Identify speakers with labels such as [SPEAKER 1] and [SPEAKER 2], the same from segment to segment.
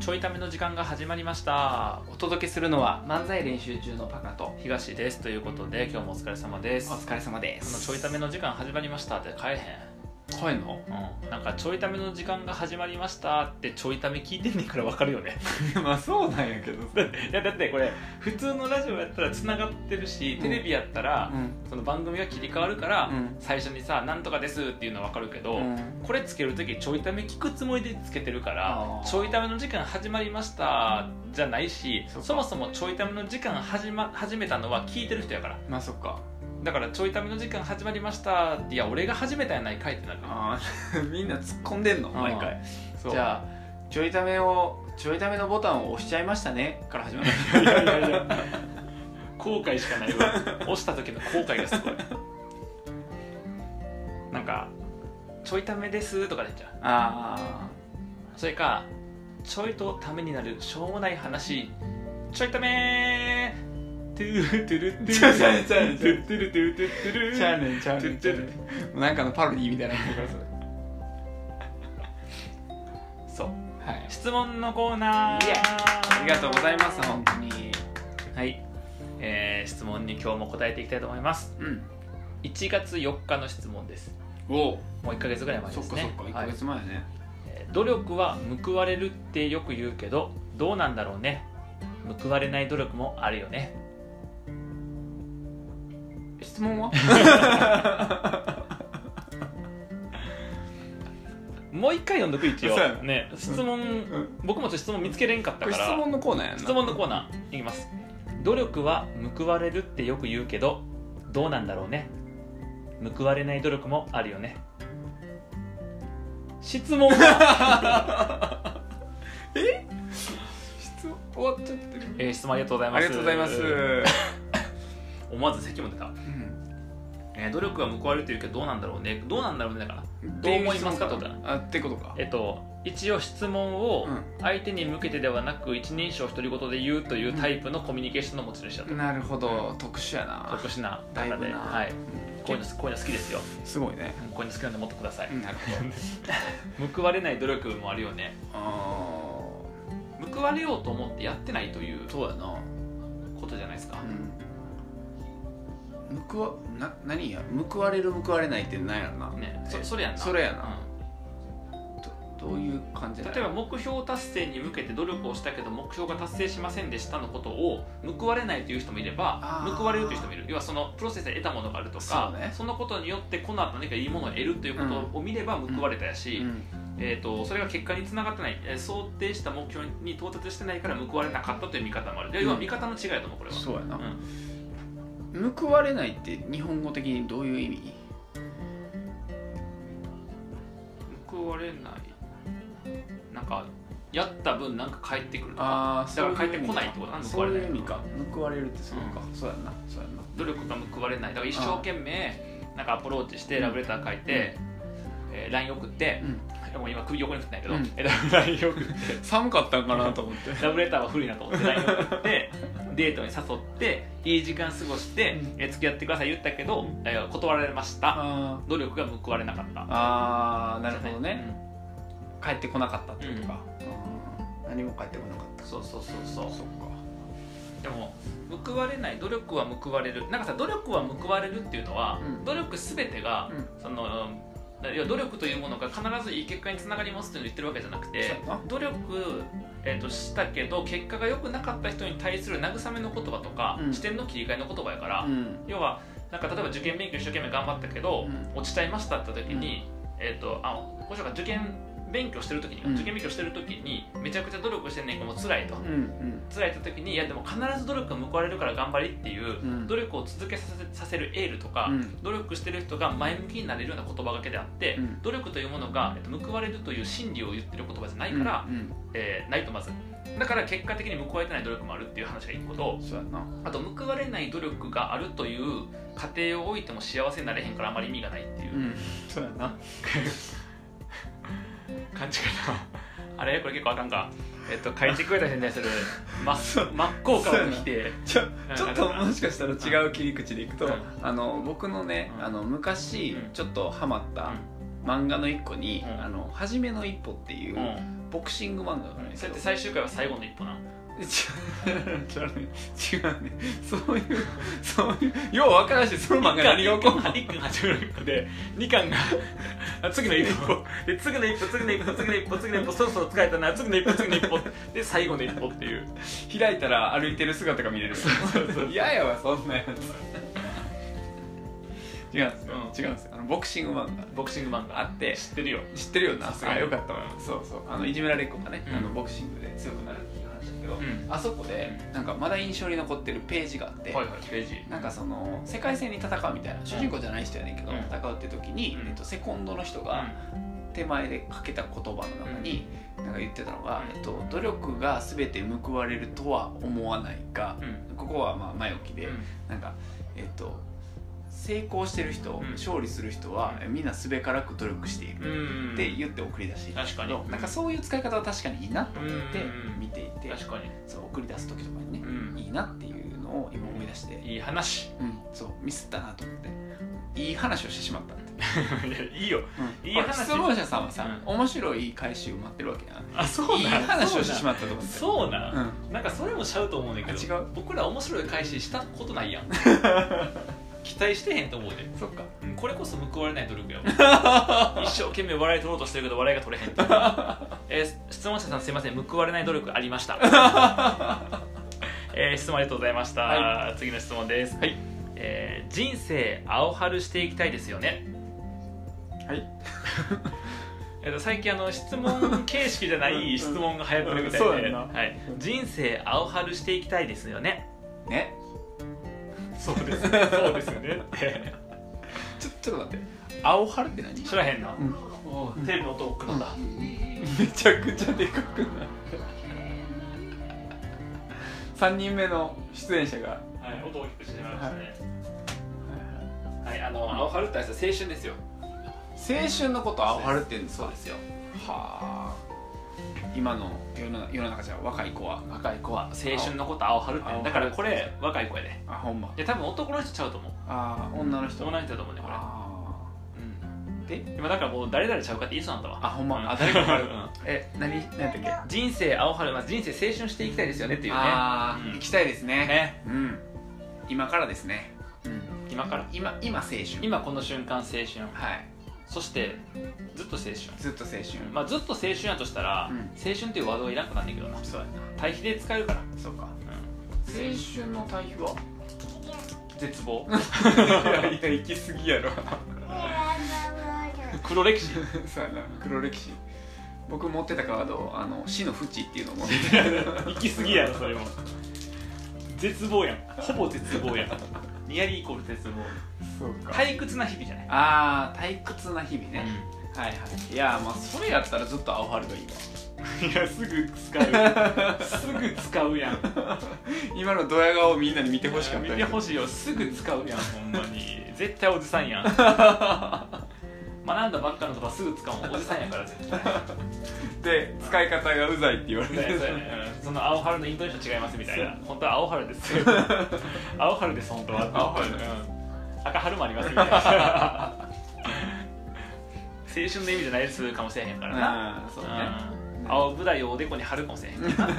[SPEAKER 1] ちょいための時間が始まりましたお届けするのは
[SPEAKER 2] 漫才練習中のパカと
[SPEAKER 1] 東ですということで今日もお疲れ様です
[SPEAKER 2] お疲れ様で
[SPEAKER 1] この
[SPEAKER 2] す
[SPEAKER 1] ちょいための時間始まりましたって変え
[SPEAKER 2] 声の
[SPEAKER 1] へん、うん、なんかちょいための時間が始まりましたってちょいため聞いてんねんからわかるよね
[SPEAKER 2] まあそうなんやけどさ
[SPEAKER 1] いやだってこれ普通のラジオやったらつながってるしテレビやったら、
[SPEAKER 2] うん
[SPEAKER 1] その番組が切り替わるから、
[SPEAKER 2] うん
[SPEAKER 1] 最初にさ「なんとかです」っていうのはわかるけど、
[SPEAKER 2] うん
[SPEAKER 1] これつける時ちょいため聞くつもりでつけてるか
[SPEAKER 2] あ
[SPEAKER 1] ら
[SPEAKER 2] ー
[SPEAKER 1] ちょいための時間始まりましたじゃないし
[SPEAKER 2] そっ
[SPEAKER 1] そ
[SPEAKER 2] か
[SPEAKER 1] もそもちょいための時間始,、ま、始めたのは聞いてる人やから
[SPEAKER 2] まあそっか
[SPEAKER 1] だからちょいための時間始まりましたっていや俺が始めたやないかいってなる
[SPEAKER 2] あー みんな突っ込んでんの
[SPEAKER 1] うん
[SPEAKER 2] 毎回
[SPEAKER 1] そう
[SPEAKER 2] じゃあちょいためをちょいためのボタンを押しちゃいましたねから始ま る
[SPEAKER 1] いやいやいや 後悔しかないわ押した時の後悔がすごいなんか「ちょいためです」とか出ちゃう
[SPEAKER 2] あ
[SPEAKER 1] それかちょいとためになるしょうもない話ちょいためートゥルトゥルトゥル
[SPEAKER 2] ちゃうちゃうちゃう
[SPEAKER 1] トゥルトゥルトゥルトゥルトゥル
[SPEAKER 2] あちゃうねんちゃうねんちゃうねん
[SPEAKER 1] ち
[SPEAKER 2] もうなんかのパロディみたいなのからそれ
[SPEAKER 1] そう
[SPEAKER 2] はい
[SPEAKER 1] 質問のコーナー
[SPEAKER 2] イエイありがとうございます本当に
[SPEAKER 1] はい、えー質問に今日も答えていきたいと思います
[SPEAKER 2] うん
[SPEAKER 1] 1月4日の質問です
[SPEAKER 2] おお
[SPEAKER 1] もう1か月ぐらい前
[SPEAKER 2] そ
[SPEAKER 1] で
[SPEAKER 2] っ
[SPEAKER 1] す
[SPEAKER 2] か
[SPEAKER 1] ね
[SPEAKER 2] そっか1
[SPEAKER 1] は
[SPEAKER 2] ヶ
[SPEAKER 1] い
[SPEAKER 2] 月前やね
[SPEAKER 1] えー努力は報われるってよく言うけどどうなんだろうね報われない努力もあるよね
[SPEAKER 2] 質問は
[SPEAKER 1] もう一回読んどく一
[SPEAKER 2] そうやな
[SPEAKER 1] 応ね質問、
[SPEAKER 2] ん
[SPEAKER 1] 僕もちょっと質問見つけれんかっ
[SPEAKER 2] こ
[SPEAKER 1] た
[SPEAKER 2] れ
[SPEAKER 1] か
[SPEAKER 2] 質
[SPEAKER 1] ら
[SPEAKER 2] 問のコーナーやんな
[SPEAKER 1] 質問のコーナーいきます努力は報われるってよく言うけどどうなんだろうね報われない努力もあるよね質 問は、
[SPEAKER 2] 質問終わっちゃってる
[SPEAKER 1] えー質問ありがとうございます
[SPEAKER 2] ありがとうございます、
[SPEAKER 1] 思わず席も出た、えー努力は報われるって言うけどどうなんだろうねどうなんだろうねだからどう思いますかとか
[SPEAKER 2] あってことか
[SPEAKER 1] えっと一応質問を
[SPEAKER 2] う
[SPEAKER 1] 相手に向けてではなく一人称独り言で言うというタイプのコミュニケーションの持ち主だと
[SPEAKER 2] なるほど特殊やな
[SPEAKER 1] 特殊な
[SPEAKER 2] だい
[SPEAKER 1] 方
[SPEAKER 2] ぶ
[SPEAKER 1] で、
[SPEAKER 2] な
[SPEAKER 1] はい、こういうのこういうの好きですよ
[SPEAKER 2] すごいね
[SPEAKER 1] こういうの好きなんで持ってください、
[SPEAKER 2] なるほ
[SPEAKER 1] 報
[SPEAKER 2] ど
[SPEAKER 1] われない努力もあるよね
[SPEAKER 2] あ
[SPEAKER 1] 報われようと思ってやってないという
[SPEAKER 2] ーそうやな
[SPEAKER 1] ことじゃないですか、
[SPEAKER 2] うん報わな何や報われる報われないって何やろな
[SPEAKER 1] ね、
[SPEAKER 2] え
[SPEAKER 1] そそれやんな
[SPEAKER 2] それやな、どどういう感
[SPEAKER 1] う
[SPEAKER 2] じ
[SPEAKER 1] ん
[SPEAKER 2] なん
[SPEAKER 1] 例えば目標達成に向けて努力をしたけど目標が達成しませんでしたのことを報われないという人もいれ
[SPEAKER 2] あ
[SPEAKER 1] ば
[SPEAKER 2] ー
[SPEAKER 1] 報われるという人もいる要はそのプロセスで得たものがあるとか
[SPEAKER 2] そうね
[SPEAKER 1] のことによってこの後何かいいものを得るということを見れば報われたやし、
[SPEAKER 2] うん
[SPEAKER 1] えー、とそれが結果につながってない、えー想定した目標に到達してないから報われなかったという見方もあるで要は見方の違いだと思うこれは、
[SPEAKER 2] そうやな
[SPEAKER 1] うん
[SPEAKER 2] 報われないって日本語的にどういう意味
[SPEAKER 1] 報われないなんかやった分なんか返ってくるとか
[SPEAKER 2] ああ
[SPEAKER 1] だから帰ってこないってことな
[SPEAKER 2] そういう意味
[SPEAKER 1] 報わ
[SPEAKER 2] か報われるってそうかそうやなそうやな
[SPEAKER 1] 努力が報われないだから一生懸命なんかアプローチしてラブレター書いて、えー LINE 送って、もう今首横に振ってないけど、
[SPEAKER 2] うん
[SPEAKER 1] えー LINE 送って
[SPEAKER 2] 寒かったんかなと思って
[SPEAKER 1] ラブレターは古いなと思って LINE 送ってデートに誘っていい時間過ごして、
[SPEAKER 2] うん
[SPEAKER 1] えー付き合ってください言ったけど、
[SPEAKER 2] うん
[SPEAKER 1] えー断られました
[SPEAKER 2] あ
[SPEAKER 1] 努力が報われなかった
[SPEAKER 2] あーなるほどね、
[SPEAKER 1] うん
[SPEAKER 2] 帰ってこなかったってことか、うん何も帰ってこなかった
[SPEAKER 1] そうそうそうそう
[SPEAKER 2] っか
[SPEAKER 1] でも報われない努力は報われるなんかさ努力は報われるっていうのは、
[SPEAKER 2] うん
[SPEAKER 1] 努力すべてが、
[SPEAKER 2] う
[SPEAKER 1] そのうん要は努力というものが必ずいい結果につながりますっていうのを言ってるわけじゃなくて
[SPEAKER 2] そうやな
[SPEAKER 1] 努力、えー、としたけど結果が良くなかった人に対する慰めの言葉とか、
[SPEAKER 2] うん
[SPEAKER 1] 視点の切り替えの言葉やから、
[SPEAKER 2] うん
[SPEAKER 1] 要はなんか例えば受験勉強一生懸命頑張ったけど、
[SPEAKER 2] うん
[SPEAKER 1] 落ちちゃいましたって時に、えっ、とあこうしようか受験勉強してる時に、
[SPEAKER 2] うん
[SPEAKER 1] 受験勉強してる時にめちゃくちゃ努力してんねんけどもう辛いと、
[SPEAKER 2] うんうん
[SPEAKER 1] 辛いって時にいやでも必ず努力が報われるから頑張りっていう、
[SPEAKER 2] うん
[SPEAKER 1] 努力を続けさせさせるエールとか、
[SPEAKER 2] うん
[SPEAKER 1] 努力してる人が前向きになれるような言葉がけであって、
[SPEAKER 2] うん
[SPEAKER 1] 努力というものが、えっと、報われるという心理を言ってる言葉じゃないから、
[SPEAKER 2] うん
[SPEAKER 1] えーないとまずだから結果的に報われてない努力もあるっていう話が一個と
[SPEAKER 2] うんそうやな
[SPEAKER 1] あと報われない努力があるという過程を置いても幸せになれへんからあまり意味がないっていううん
[SPEAKER 2] そうや な
[SPEAKER 1] 感じかなあれこれ結構あかんかえっと書いてくれた人に対 する真っ真っ向からの否定
[SPEAKER 2] ちょちょ
[SPEAKER 1] な
[SPEAKER 2] っ
[SPEAKER 1] んか
[SPEAKER 2] と
[SPEAKER 1] なんか
[SPEAKER 2] もしかしたら違う切り口でいくと、
[SPEAKER 1] うん
[SPEAKER 2] あの僕のね、
[SPEAKER 1] うん
[SPEAKER 2] あの昔
[SPEAKER 1] うん
[SPEAKER 2] ちょっとハマった、
[SPEAKER 1] うん
[SPEAKER 2] 漫画の一個に「
[SPEAKER 1] うん
[SPEAKER 2] あの初めの一歩」っていううんボクシング漫画があるんです
[SPEAKER 1] そ
[SPEAKER 2] よ
[SPEAKER 1] れって最終回は最後の一歩なの
[SPEAKER 2] 違う ね違うねそういうそういうよう分からんしその漫
[SPEAKER 1] 一
[SPEAKER 2] 画
[SPEAKER 1] 巻
[SPEAKER 2] に
[SPEAKER 1] 二巻1巻始める一歩で2巻 があ次の一歩で次の一歩次の一歩次の一歩次の一歩そろそろ疲れたな次の一歩次の一歩で最後の一歩っていう
[SPEAKER 2] 開いたら歩いてる姿が見れ る
[SPEAKER 1] そうそう
[SPEAKER 2] 嫌やわそんなや つ違うんですよ、
[SPEAKER 1] うん
[SPEAKER 2] 違うんですよあのボクシング漫画
[SPEAKER 1] ボクシング漫画
[SPEAKER 2] あって
[SPEAKER 1] 知ってるよ
[SPEAKER 2] 知ってるよな
[SPEAKER 1] さすが
[SPEAKER 2] あよかったわそうそうあのいじめられっ子がね、
[SPEAKER 1] うん
[SPEAKER 2] あのボクシングで強くなるっていう話だけど、
[SPEAKER 1] ん
[SPEAKER 2] あそこでなんかまだ印象に残ってるページがあって、
[SPEAKER 1] はいはいページ
[SPEAKER 2] なんかその世界戦に戦うみたいな主人公じゃない人やねんけど、
[SPEAKER 1] うん
[SPEAKER 2] 戦うって時に、
[SPEAKER 1] うん
[SPEAKER 2] えっと、セコンドの人が手前でかけた言葉の中に、なんか言ってたのが、
[SPEAKER 1] うん
[SPEAKER 2] えっと「努力が全て報われるとは思わないが
[SPEAKER 1] うん、うん
[SPEAKER 2] ここはまあ前置きで、
[SPEAKER 1] うん
[SPEAKER 2] なんかえっと成功してる人、
[SPEAKER 1] うん
[SPEAKER 2] 勝利する人はえみんなすべからく努力してい
[SPEAKER 1] う
[SPEAKER 2] る、
[SPEAKER 1] ん
[SPEAKER 2] って言って送り出していたんですけど
[SPEAKER 1] 確かに
[SPEAKER 2] なんかそういう使い方は確かにいいなと思って
[SPEAKER 1] うんうん
[SPEAKER 2] 見ていて、
[SPEAKER 1] 確かに、
[SPEAKER 2] そう送り出す時とかにね、
[SPEAKER 1] うん
[SPEAKER 2] いいなっていうのを今思い出して、
[SPEAKER 1] いい 話
[SPEAKER 2] うん、そうミスったなと思っていい話をしてしまったって、
[SPEAKER 1] いやいいよ
[SPEAKER 2] うん、
[SPEAKER 1] いい話
[SPEAKER 2] ほら質問者さんはさ、
[SPEAKER 1] うん
[SPEAKER 2] 面白い回収を待ってるわけやん
[SPEAKER 1] あそう
[SPEAKER 2] いい
[SPEAKER 1] なん
[SPEAKER 2] 話をしてしまったと思って
[SPEAKER 1] そうなん
[SPEAKER 2] うん、
[SPEAKER 1] なんかそれもしちゃうと思うねんだけど
[SPEAKER 2] あ違う
[SPEAKER 1] 僕ら面白い返ししたことない やん期待してへんと思うで
[SPEAKER 2] そっか
[SPEAKER 1] うんこれこそ報われない努力やわ 一生懸命笑い取ろうとしてるけど笑いが取れへんっていう、えー質問者さんすいません報われない努力ありま した、えー質問ありがとうございました、
[SPEAKER 2] は
[SPEAKER 1] 次の質問です、
[SPEAKER 2] はい
[SPEAKER 1] えー人生青春していきたいですよね
[SPEAKER 2] はい
[SPEAKER 1] えっと最近あの質問形式じゃな
[SPEAKER 2] うんう
[SPEAKER 1] い
[SPEAKER 2] ん
[SPEAKER 1] 質問が流行ってるみた
[SPEAKER 2] そう
[SPEAKER 1] い
[SPEAKER 2] や
[SPEAKER 1] で、
[SPEAKER 2] んな
[SPEAKER 1] はい、人生青春していきたいですよね
[SPEAKER 2] ね
[SPEAKER 1] そうですそうです ねって
[SPEAKER 2] ちょちょっと待って青春って何
[SPEAKER 1] 知らへんな、
[SPEAKER 2] ん
[SPEAKER 1] おうテレビの音をくんだ、
[SPEAKER 2] めちゃくちゃでかくない3人目の出演者が
[SPEAKER 1] はい、音を大きくしてしまいましたねはい、あの青春ってあれですよ青春ですよ
[SPEAKER 2] 青春のことを青春って言うんですか
[SPEAKER 1] すよ
[SPEAKER 2] はあ今の世の世の中じゃ若い子は
[SPEAKER 1] 若い子は青春のこと青春って
[SPEAKER 2] 青
[SPEAKER 1] だからこれ若い子やで
[SPEAKER 2] あほんま
[SPEAKER 1] いや多分男の人ちゃうと思う
[SPEAKER 2] ああ女の人
[SPEAKER 1] 男の人だと思うねこ
[SPEAKER 2] あ
[SPEAKER 1] れ、うん、
[SPEAKER 2] で
[SPEAKER 1] 今だからもう誰々ちゃうかって言いそうなんだ
[SPEAKER 2] あ
[SPEAKER 1] わ
[SPEAKER 2] ほんま、
[SPEAKER 1] うん
[SPEAKER 2] あ誰 か分かる
[SPEAKER 1] うん
[SPEAKER 2] え何何やったっけ
[SPEAKER 1] 人生青春、まあ、人生青春していきたいですよねっていうね
[SPEAKER 2] あー
[SPEAKER 1] うん
[SPEAKER 2] 行きたいですね
[SPEAKER 1] ね
[SPEAKER 2] うん今からですね、うん、
[SPEAKER 1] 今から
[SPEAKER 2] 今今青春
[SPEAKER 1] 今この瞬間青春
[SPEAKER 2] はい
[SPEAKER 1] そしてずっと青春
[SPEAKER 2] ずっと青春
[SPEAKER 1] まあずっと青春やとしたら、
[SPEAKER 2] うん
[SPEAKER 1] 青春っていうワードはいらんくなんだけどな
[SPEAKER 2] そうやな
[SPEAKER 1] 対比で使えるから、
[SPEAKER 2] そうか
[SPEAKER 1] うん、
[SPEAKER 2] 青春の対比は
[SPEAKER 1] 絶望
[SPEAKER 2] いや行き過ぎや ろ
[SPEAKER 1] 黒歴史
[SPEAKER 2] そうやな黒歴史僕持ってたカードあの死の淵っていうのを持ってて
[SPEAKER 1] 行き過ぎやろそれも絶望やんほぼ絶望やんニアリーイコール絶望
[SPEAKER 2] そうか
[SPEAKER 1] 退屈な日々じゃない、
[SPEAKER 2] ああ退屈な日々ね、はいはいいやーまあそれやったらずっと青春がいいわ
[SPEAKER 1] いやすぐ 使うすぐ使うやん
[SPEAKER 2] 今のドヤ顔をみんなに見てほしかった
[SPEAKER 1] 見てほしいよすぐ使うやんほんまに絶対おじさん やん学んだばっかのとかすぐ使うもんおじさんやから絶対
[SPEAKER 2] で使い方がうざいって言われ
[SPEAKER 1] そうやねそうやねうんその青春のイントネーション違いますみたいな本当は青春です 青春です本当は
[SPEAKER 2] 青春
[SPEAKER 1] うん赤春もありますみたいな青春の意味じゃないですかもしれへんからな、
[SPEAKER 2] うんそうね
[SPEAKER 1] うん青舞台をおでこに貼るかもしれへんからな青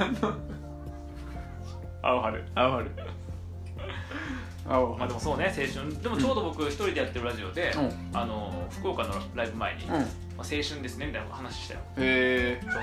[SPEAKER 1] 春
[SPEAKER 2] 青春青
[SPEAKER 1] まあでもそうね青春でもちょうど僕一人でやってるラジオで、
[SPEAKER 2] うん
[SPEAKER 1] あの福岡のライブ前に、
[SPEAKER 2] う
[SPEAKER 1] まあ、
[SPEAKER 2] んへ
[SPEAKER 1] 青春ですねみたいな話したよ
[SPEAKER 2] え
[SPEAKER 1] ちょうどあ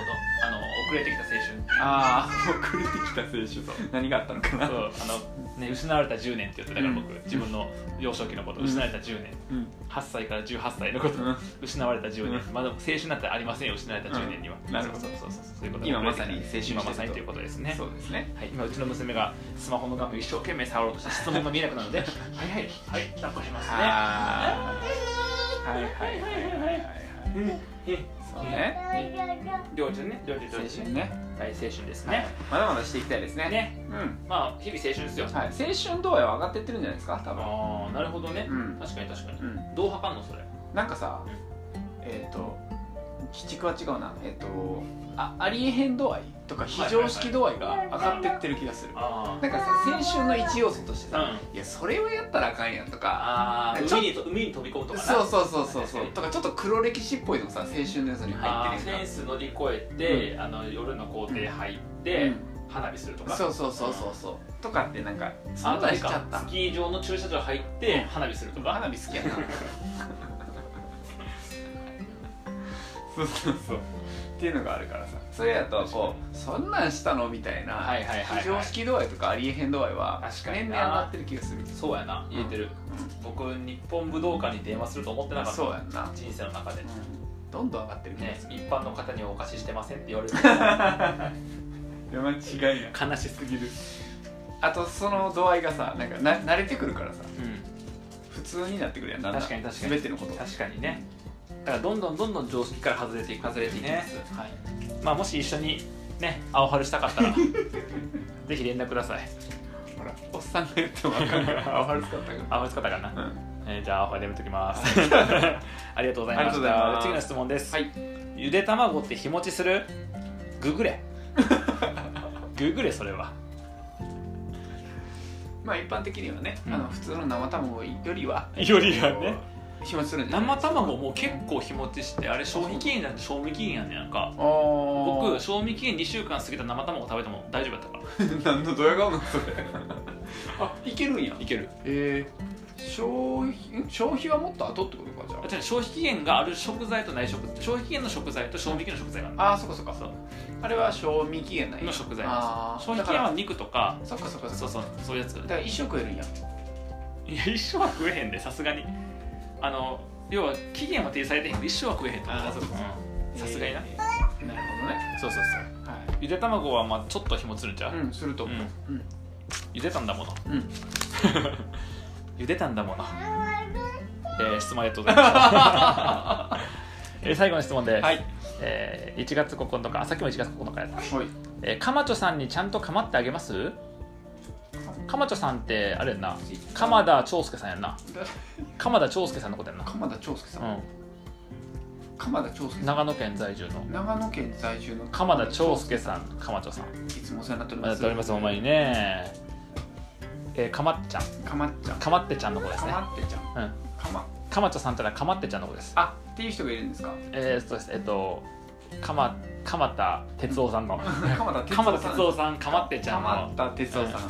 [SPEAKER 1] の遅れてきた青春っていう
[SPEAKER 2] ああ遅れてきた青春何があったのかな
[SPEAKER 1] そうあの、ね、失われた10年って言ってだから僕、
[SPEAKER 2] うん
[SPEAKER 1] 自分の幼少期のこと失われた10年、
[SPEAKER 2] うん
[SPEAKER 1] 8歳から18歳のこと、
[SPEAKER 2] うん
[SPEAKER 1] 失われた10年、
[SPEAKER 2] う
[SPEAKER 1] まあでも青春なんてありませんよ失われた10年には、
[SPEAKER 2] うんなるほど
[SPEAKER 1] そうそうそうそうそういうこと
[SPEAKER 2] 今まさに青春してる
[SPEAKER 1] 今まさにということですね
[SPEAKER 2] そうですね
[SPEAKER 1] はい、今うちの娘がスマホの画面を一生懸命触ろうとして質問が見えなくなるの ではいはいはい抱っこしますね
[SPEAKER 2] ああはいはいはいはいはいはい
[SPEAKER 1] うん
[SPEAKER 2] そうね
[SPEAKER 1] 両親ね両親
[SPEAKER 2] 青
[SPEAKER 1] 両親
[SPEAKER 2] 春ね
[SPEAKER 1] 大青春です
[SPEAKER 2] はい
[SPEAKER 1] ね
[SPEAKER 2] まだまだしていきたいですね
[SPEAKER 1] ね
[SPEAKER 2] うん
[SPEAKER 1] まあ日々青春ですよ
[SPEAKER 2] はい青春度合いは上がってってるんじゃないですか多分
[SPEAKER 1] ああなるほどね
[SPEAKER 2] うん
[SPEAKER 1] 確かに確かに
[SPEAKER 2] うん
[SPEAKER 1] どう測んのそれ
[SPEAKER 2] なんかさえっと鬼畜は違うなえっとあありえへん度合いとか非常識度合いが上がってってる気がする、
[SPEAKER 1] あ
[SPEAKER 2] なんかさ先週の一要素としてさ、
[SPEAKER 1] う
[SPEAKER 2] いやそれをやったらあかんやんとか
[SPEAKER 1] あ
[SPEAKER 2] ちょ
[SPEAKER 1] 海にと海に飛び込むとかな
[SPEAKER 2] そうそうそうそうそ
[SPEAKER 1] 確か
[SPEAKER 2] う
[SPEAKER 1] に
[SPEAKER 2] とかちょっと黒歴史っぽいのもさ青春の要素に
[SPEAKER 1] あー
[SPEAKER 2] 入って
[SPEAKER 1] フ
[SPEAKER 2] る
[SPEAKER 1] ェン
[SPEAKER 2] やんか
[SPEAKER 1] ス乗り越えて、あの夜の校庭入って、花火すると
[SPEAKER 2] うん
[SPEAKER 1] か
[SPEAKER 2] そうそうそうそうそうとかってなんかそ
[SPEAKER 1] あ
[SPEAKER 2] ん
[SPEAKER 1] とあ
[SPEAKER 2] な
[SPEAKER 1] れ
[SPEAKER 2] んしちゃ
[SPEAKER 1] か
[SPEAKER 2] った
[SPEAKER 1] スキー場の駐車場入って花火するとか
[SPEAKER 2] 花火好きやな そうそうそうっていうのがあるからさそれやとこうそんなんしたのみたいな、
[SPEAKER 1] はいはいはいはい
[SPEAKER 2] 非常識度合いとかありえへん度合いは
[SPEAKER 1] 確かにな
[SPEAKER 2] 年々上がってる気がする
[SPEAKER 1] そうやな言えてる、僕日本武道館に電話すると思ってなかった
[SPEAKER 2] そうやんな、
[SPEAKER 1] 人生の中で
[SPEAKER 2] うんどんどん上がってる気が
[SPEAKER 1] ね
[SPEAKER 2] する、
[SPEAKER 1] 一般の方にはお貸ししてませんって言われる
[SPEAKER 2] いや間 違いない
[SPEAKER 1] 悲しすぎる
[SPEAKER 2] あとその度合いがさなんかな慣れてくるからさ
[SPEAKER 1] うん
[SPEAKER 2] 普通になってくるやんだんだん
[SPEAKER 1] 確かに確かに
[SPEAKER 2] 全てのことが
[SPEAKER 1] 確かにねだからどんどんどんどん常識から外れていく
[SPEAKER 2] 外れていきま
[SPEAKER 1] ね
[SPEAKER 2] す、はい、
[SPEAKER 1] まあもし一緒にね青春したかったら ぜひ連絡ください
[SPEAKER 2] ほらおっさんが言っても分かんない あ悪かったか
[SPEAKER 1] 青春使ったかな、
[SPEAKER 2] ら、うん、
[SPEAKER 1] えーじゃあ青春やめときます ありがとうございま
[SPEAKER 2] ありが
[SPEAKER 1] し
[SPEAKER 2] とうございま
[SPEAKER 1] た
[SPEAKER 2] す
[SPEAKER 1] 次の質問です、
[SPEAKER 2] はい
[SPEAKER 1] ゆで卵って日持ちするググ れググれそれは
[SPEAKER 2] まあ一般的にはね、
[SPEAKER 1] うん
[SPEAKER 2] あの普通の生卵よりは
[SPEAKER 1] よりはね
[SPEAKER 2] 日持ちするんじゃない
[SPEAKER 1] 生卵も結構日持ちしてあれ消費期限じゃなくて賞味期限やねなんか
[SPEAKER 2] あー
[SPEAKER 1] 僕賞味期限2週間過ぎた生卵食べても大丈夫やったから
[SPEAKER 2] 何のドヤ顔なのそれ あいけるんや
[SPEAKER 1] いける
[SPEAKER 2] えー、消費ん消費はもっと後ってことかじ
[SPEAKER 1] あ
[SPEAKER 2] ゃ
[SPEAKER 1] 違う消費期限がある食材とない食消費期限の食材と賞味期限の食材がある
[SPEAKER 2] ああーそっかそっか
[SPEAKER 1] そう
[SPEAKER 2] あれは賞味期限ない
[SPEAKER 1] の食材なん
[SPEAKER 2] あ
[SPEAKER 1] で
[SPEAKER 2] ー
[SPEAKER 1] す消費期限は肉とか
[SPEAKER 2] そっかそっか
[SPEAKER 1] そ
[SPEAKER 2] そっ
[SPEAKER 1] うそうそういうやつ
[SPEAKER 2] かだから一生食えるんや
[SPEAKER 1] いや一生は食えへんでさすがにあの要は期限は定されてへんけど一生は食えへんと思
[SPEAKER 2] あーそうか
[SPEAKER 1] うんさすがにな、
[SPEAKER 2] えーなるほどね
[SPEAKER 1] そうそうそう
[SPEAKER 2] は
[SPEAKER 1] ゆで卵はまあちょっと日もつるんちゃう、
[SPEAKER 2] いうんすると
[SPEAKER 1] う
[SPEAKER 2] 思
[SPEAKER 1] ん
[SPEAKER 2] ううん
[SPEAKER 1] ゆでたんだもの
[SPEAKER 2] うん
[SPEAKER 1] ゆでたんだもの、えー、質問ありがとうございま した、えー最後の質問です、
[SPEAKER 2] はい
[SPEAKER 1] えー、1月9日あさっきも1月9日やった
[SPEAKER 2] はい
[SPEAKER 1] えー、かまちょさんにちゃんとかまってあげますかまちょさんってあれやんな鎌田長介さんやんな鎌田長介さんのことやんな、
[SPEAKER 2] 鎌田長介さん、
[SPEAKER 1] う
[SPEAKER 2] 鎌田長介
[SPEAKER 1] ん、
[SPEAKER 2] さん
[SPEAKER 1] 長野県在住の
[SPEAKER 2] 長野県在住の
[SPEAKER 1] 鎌田長介さんかまちょさん
[SPEAKER 2] いつもお世話になっており
[SPEAKER 1] まだ
[SPEAKER 2] ま
[SPEAKER 1] やっ
[SPEAKER 2] す
[SPEAKER 1] ておりますほんまにねえー、かまっちゃん
[SPEAKER 2] かまっちゃん
[SPEAKER 1] かまってちゃんの子です
[SPEAKER 2] か
[SPEAKER 1] ね
[SPEAKER 2] まってちゃん
[SPEAKER 1] うん
[SPEAKER 2] かま
[SPEAKER 1] かまちょさんってのはかまってちゃんの子です
[SPEAKER 2] あっていう人がいるんで すか
[SPEAKER 1] えー、そうですえっと鎌鎌田哲夫さんの
[SPEAKER 2] 鎌田
[SPEAKER 1] 鎌田哲夫
[SPEAKER 2] さ
[SPEAKER 1] さんかまってちゃん
[SPEAKER 2] 鎌
[SPEAKER 1] の
[SPEAKER 2] 田哲夫さん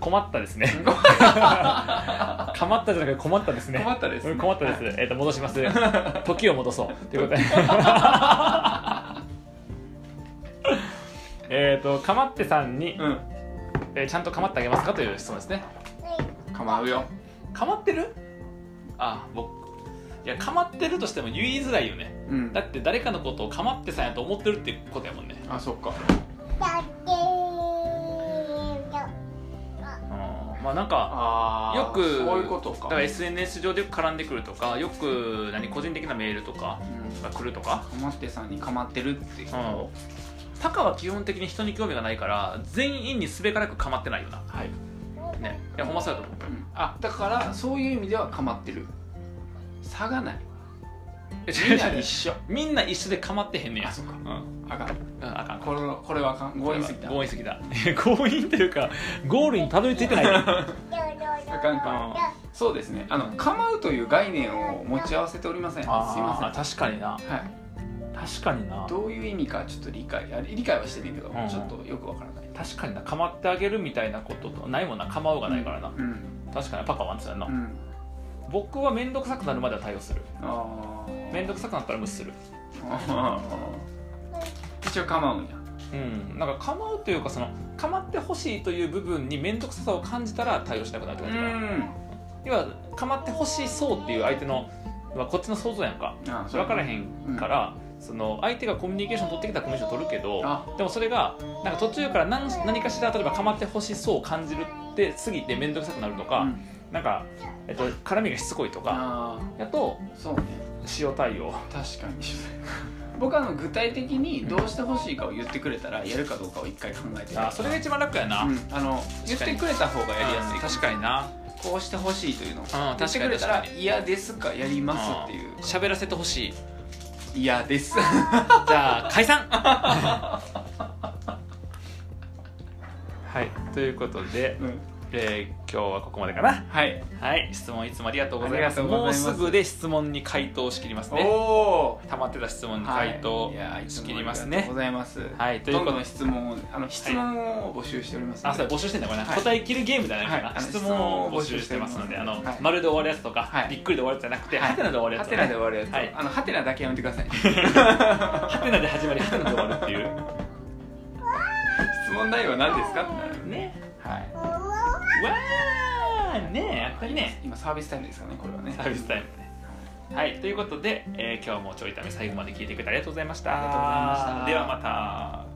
[SPEAKER 1] 困ったですね
[SPEAKER 2] ご
[SPEAKER 1] かまったじゃなくて困ったですね
[SPEAKER 2] 困ったですね
[SPEAKER 1] うん困ったです、えっと戻します時を戻そうという ことでえっとかまってさんに、
[SPEAKER 2] めん
[SPEAKER 1] えーちゃんとかまってあげますかという質問ですね
[SPEAKER 2] うんかまうよ
[SPEAKER 1] かまってるあ僕いやかまってるとしても言いづらいよね
[SPEAKER 2] うん
[SPEAKER 1] だって誰かのことをかまってさんやと思ってるってことやもんね
[SPEAKER 2] あそっか
[SPEAKER 1] まあなんか
[SPEAKER 2] あー
[SPEAKER 1] よく
[SPEAKER 2] そういうことか
[SPEAKER 1] だから SNS 上でよく絡んでくるとかよく何個人的なメールとか
[SPEAKER 2] うん
[SPEAKER 1] が来るとか
[SPEAKER 2] かまってさんにかまってるって
[SPEAKER 1] うんタカは基本的に人に興味がないから全員にすべからくかまってないよな
[SPEAKER 2] はい、
[SPEAKER 1] ねいやほんまそうやと思う
[SPEAKER 2] うんあだからそういう意味ではかまってる差がないみ
[SPEAKER 1] み
[SPEAKER 2] んな一緒
[SPEAKER 1] みんな一緒でかまってへんねや
[SPEAKER 2] あそっか
[SPEAKER 1] うん、
[SPEAKER 2] あかん
[SPEAKER 1] うん、あかん
[SPEAKER 2] これはこれはあかん強引すぎた
[SPEAKER 1] 強引すぎた 強引というかゴールにたどり着い てない
[SPEAKER 2] あかんかそうですねあの構うという概念を持ち合わせておりませんすいま
[SPEAKER 1] あー確かにな
[SPEAKER 2] せんはい
[SPEAKER 1] 確かにな
[SPEAKER 2] どういう意味かちょっと理解あ理解はしてねえけど、
[SPEAKER 1] うん
[SPEAKER 2] ちょっとよくわからない
[SPEAKER 1] 確かになかまってあげるみたいなこととないもんなかまうがないからな、
[SPEAKER 2] うん、
[SPEAKER 1] 確かにパカワンツやな、
[SPEAKER 2] うん、
[SPEAKER 1] 僕は面倒くさくなるまでは対応する
[SPEAKER 2] あー
[SPEAKER 1] 面倒くさくなったら無視する
[SPEAKER 2] あー 一応構うんや
[SPEAKER 1] うんなんか構うというかその構ってほしいという部分に面倒くささを感じたら対応しなくなるって感
[SPEAKER 2] う
[SPEAKER 1] じかな、要は構ってほしそうっていう相手のはこっちの想像やんか
[SPEAKER 2] あ
[SPEAKER 1] 分からへ
[SPEAKER 2] ん
[SPEAKER 1] んから、その相手がコミュニケーション取ってきたらコミュニケーション取るけど
[SPEAKER 2] あ
[SPEAKER 1] でもそれがなんか途中から何何かしら例えば構ってほしそうを感じるって過ぎて面倒くさくなるとか、
[SPEAKER 2] うん
[SPEAKER 1] なんか、えっと、絡みがしつこいとか
[SPEAKER 2] あ
[SPEAKER 1] やと
[SPEAKER 2] ーそうね
[SPEAKER 1] 塩対応
[SPEAKER 2] 確かに僕はあの具体的にどうしてほしいかを言ってくれたらやるかどうかを一回考えてる
[SPEAKER 1] あそれが一番楽やな、
[SPEAKER 2] うん、あの言ってくれた方がやりやすい、
[SPEAKER 1] 確かにな
[SPEAKER 2] こうしてほしいというのを、
[SPEAKER 1] ん
[SPEAKER 2] 言ってくれた
[SPEAKER 1] 確
[SPEAKER 2] ら
[SPEAKER 1] か
[SPEAKER 2] 嫌ですかやりますっていう
[SPEAKER 1] 喋らせてほしい
[SPEAKER 2] 嫌です
[SPEAKER 1] じゃあ解 散はいということで、えー今日はここまでかな
[SPEAKER 2] はい
[SPEAKER 1] はい質問いつもありがとうございます
[SPEAKER 2] ありがとうございます
[SPEAKER 1] もうすぐで質問に回答しきります
[SPEAKER 2] お
[SPEAKER 1] ね
[SPEAKER 2] お
[SPEAKER 1] 溜まってた質問に回答しきりますね、
[SPEAKER 2] ございます
[SPEAKER 1] はいという
[SPEAKER 2] ど
[SPEAKER 1] こ
[SPEAKER 2] ん
[SPEAKER 1] と
[SPEAKER 2] どん質問をあの質問を募集しております
[SPEAKER 1] あ、
[SPEAKER 2] の
[SPEAKER 1] そ
[SPEAKER 2] で
[SPEAKER 1] う募集してんだこれな、
[SPEAKER 2] はい
[SPEAKER 1] 答え切るゲームじゃないかな、
[SPEAKER 2] はいあの
[SPEAKER 1] 質問を募集してますので、
[SPEAKER 2] 質
[SPEAKER 1] あ
[SPEAKER 2] 問を
[SPEAKER 1] の、
[SPEAKER 2] 募集してますはい
[SPEAKER 1] 丸で終わるやつとか、
[SPEAKER 2] はい
[SPEAKER 1] びっくりで終わるやつじゃなくて、
[SPEAKER 2] はい
[SPEAKER 1] ハテナで終わるや
[SPEAKER 2] ハ
[SPEAKER 1] つ、
[SPEAKER 2] テナで終わるやつ、
[SPEAKER 1] はい
[SPEAKER 2] あのハテナだけやめてください
[SPEAKER 1] ハテナで始まり、ハテナで終わるっていう。
[SPEAKER 2] 質問内容は何ですかってなるよね
[SPEAKER 1] ね、
[SPEAKER 2] はい
[SPEAKER 1] わー、ねえ、やっぱりね、
[SPEAKER 2] 今サービスタイムですかねこれはね
[SPEAKER 1] サービスタイムね。はい、ということで、えー今日もちょいため最後まで聞いてくれてありがとうございました。
[SPEAKER 2] ありがとうございました
[SPEAKER 1] ではまた。